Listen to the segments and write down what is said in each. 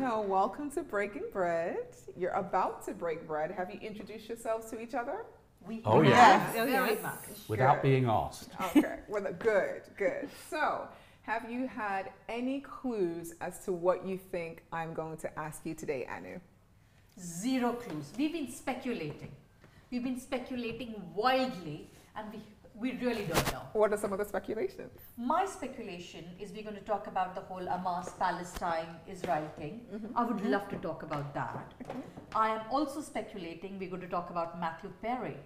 welcome to Breaking Bread. You're about to break bread. Have you introduced yourselves to each other? We Oh, have yeah. very Yes. much. without Good. being asked. Okay. well, good, good. So, have you had any clues as to what you think I'm going to ask you today, Anu? Zero clues. We've been speculating. We've been speculating wildly, and we we really don't know. What are some of the speculations? My speculation is we're going to talk about the whole Hamas Palestine Israel thing. I would love to talk about that. I am also speculating we're going to talk about Matthew Perry.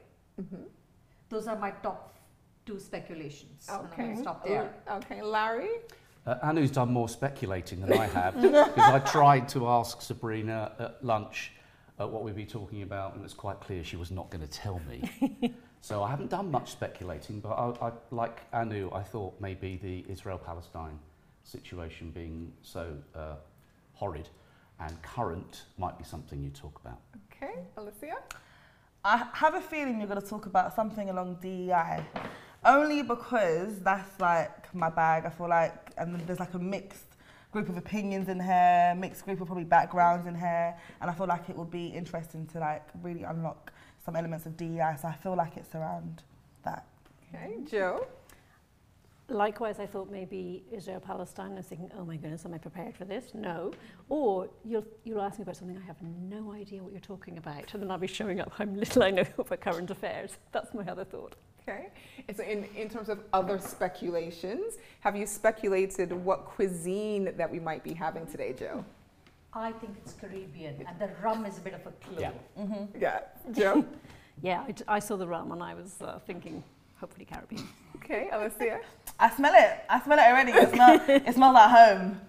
Those are my top two speculations. And I'm going to stop there. Okay, Larry. Uh, Anu's done more speculating than I have because I tried to ask Sabrina at lunch uh, what we'd be talking about, and it's quite clear she was not going to tell me. so I haven't done much speculating, but I, I, like Anu, I thought maybe the Israel Palestine situation being so uh, horrid and current might be something you talk about. Okay, Alicia. I have a feeling you're going to talk about something along DEI, only because that's like my bag. I feel like, and there's like a mixed group of opinions in here, mixed group of probably backgrounds in here, and I feel like it would be interesting to like really unlock some elements of DEI. So I feel like it's around that. Okay, Joe. Likewise, I thought maybe Israel Palestine. I was thinking, oh my goodness, am I prepared for this? No. Or you'll you'll ask me about something I have no idea what you're talking about, and then I'll be showing up. I'm little I know about current affairs. That's my other thought. Okay. And so, in, in terms of other speculations, have you speculated what cuisine that we might be having today, Joe? I think it's Caribbean, and the rum is a bit of a clue. Yeah. Yeah, Joe. Yeah, I, d- I saw the rum and I was uh, thinking, hopefully Caribbean. okay, Alicia. I smell it. I smell it already. It, smell, it smells like home.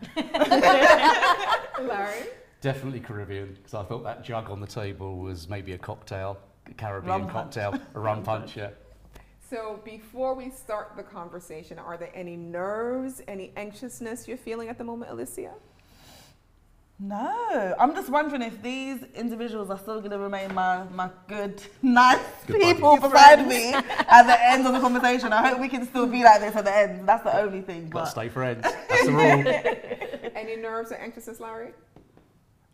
Larry. Definitely Caribbean, because I thought that jug on the table was maybe a cocktail, a Caribbean Rum punch. cocktail, a rum punch, yeah. So, before we start the conversation, are there any nerves, any anxiousness you're feeling at the moment, Alicia? No, I'm just wondering if these individuals are still going to remain my, my good, nice Good people buddies. beside me at the end of the conversation. I hope we can still be like this at the end. That's the only thing. Got to But stay friends. That's the rule. Any nerves or anxiousness, Larry?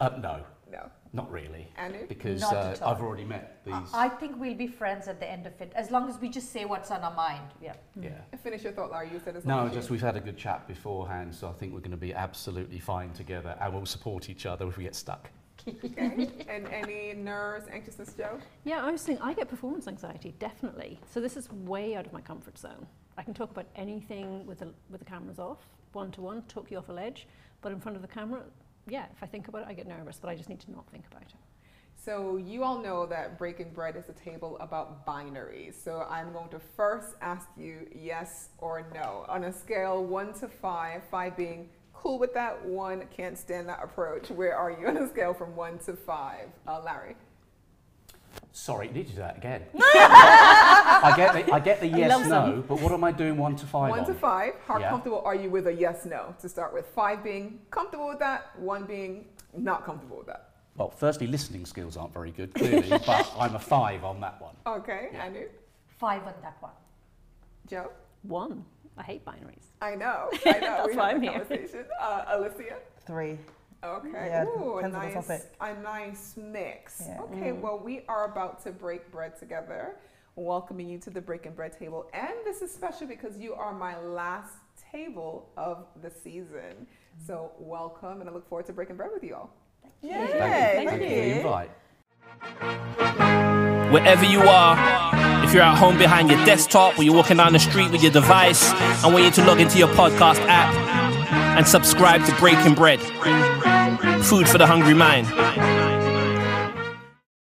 Uh, no, No. not really, Anu? because Not uh, at all. I've already met these. I think we'll be friends at the end of it, as long as we just say what's on our mind. Yeah. yeah. Finish your thought, Larry. You said it's No, not just we've had a good chat beforehand, so I think we're going to be absolutely fine together, and we'll support each other if we get stuck. Okay. and any nerves, anxiousness, Joe? Yeah, I was thinking I get performance anxiety definitely. So this is way out of my comfort zone. I can talk about anything with the with the cameras off, one to one, talk you off a ledge, but in front of the camera, yeah, if I think about it, I get nervous, but I just need to not think about it. So you all know that breaking bread is a table about binaries. So I'm going to first ask you yes or no on a scale one to five, five being cool with that, one can't stand that approach. Where are you on a scale from one to five, uh, Larry? Sorry, need to do that again. I get the, I get the yes love no, but what am I doing one to five one on? to five. How Yeah. comfortable are you with a yes no to start with? Five being comfortable with that, one being not comfortable with that. Well, firstly, listening skills aren't very good, clearly, but I'm a five on that one. Okay, Yeah. Anu, Five on that one. Joe. One, I hate binaries. I know, I know. That's we why had that I'm here. conversation. Uh, Alicia. three. Okay. Yeah, Ooh, a depends on the nice, topic. a nice mix. Yeah. Okay, well, we are about to break bread together, welcoming you to the Breaking Bread table. And this is special because you are my last table of the season. Mm-hmm. So, welcome, and I look forward to breaking bread with you all. Yeah, thank you, thank, thank you for you. the invite. Wherever you are, if you're at home behind your desktop, or you're walking down the street with your device, I want you to log into your podcast app and subscribe to Breaking Bread Food for the Hungry Mind.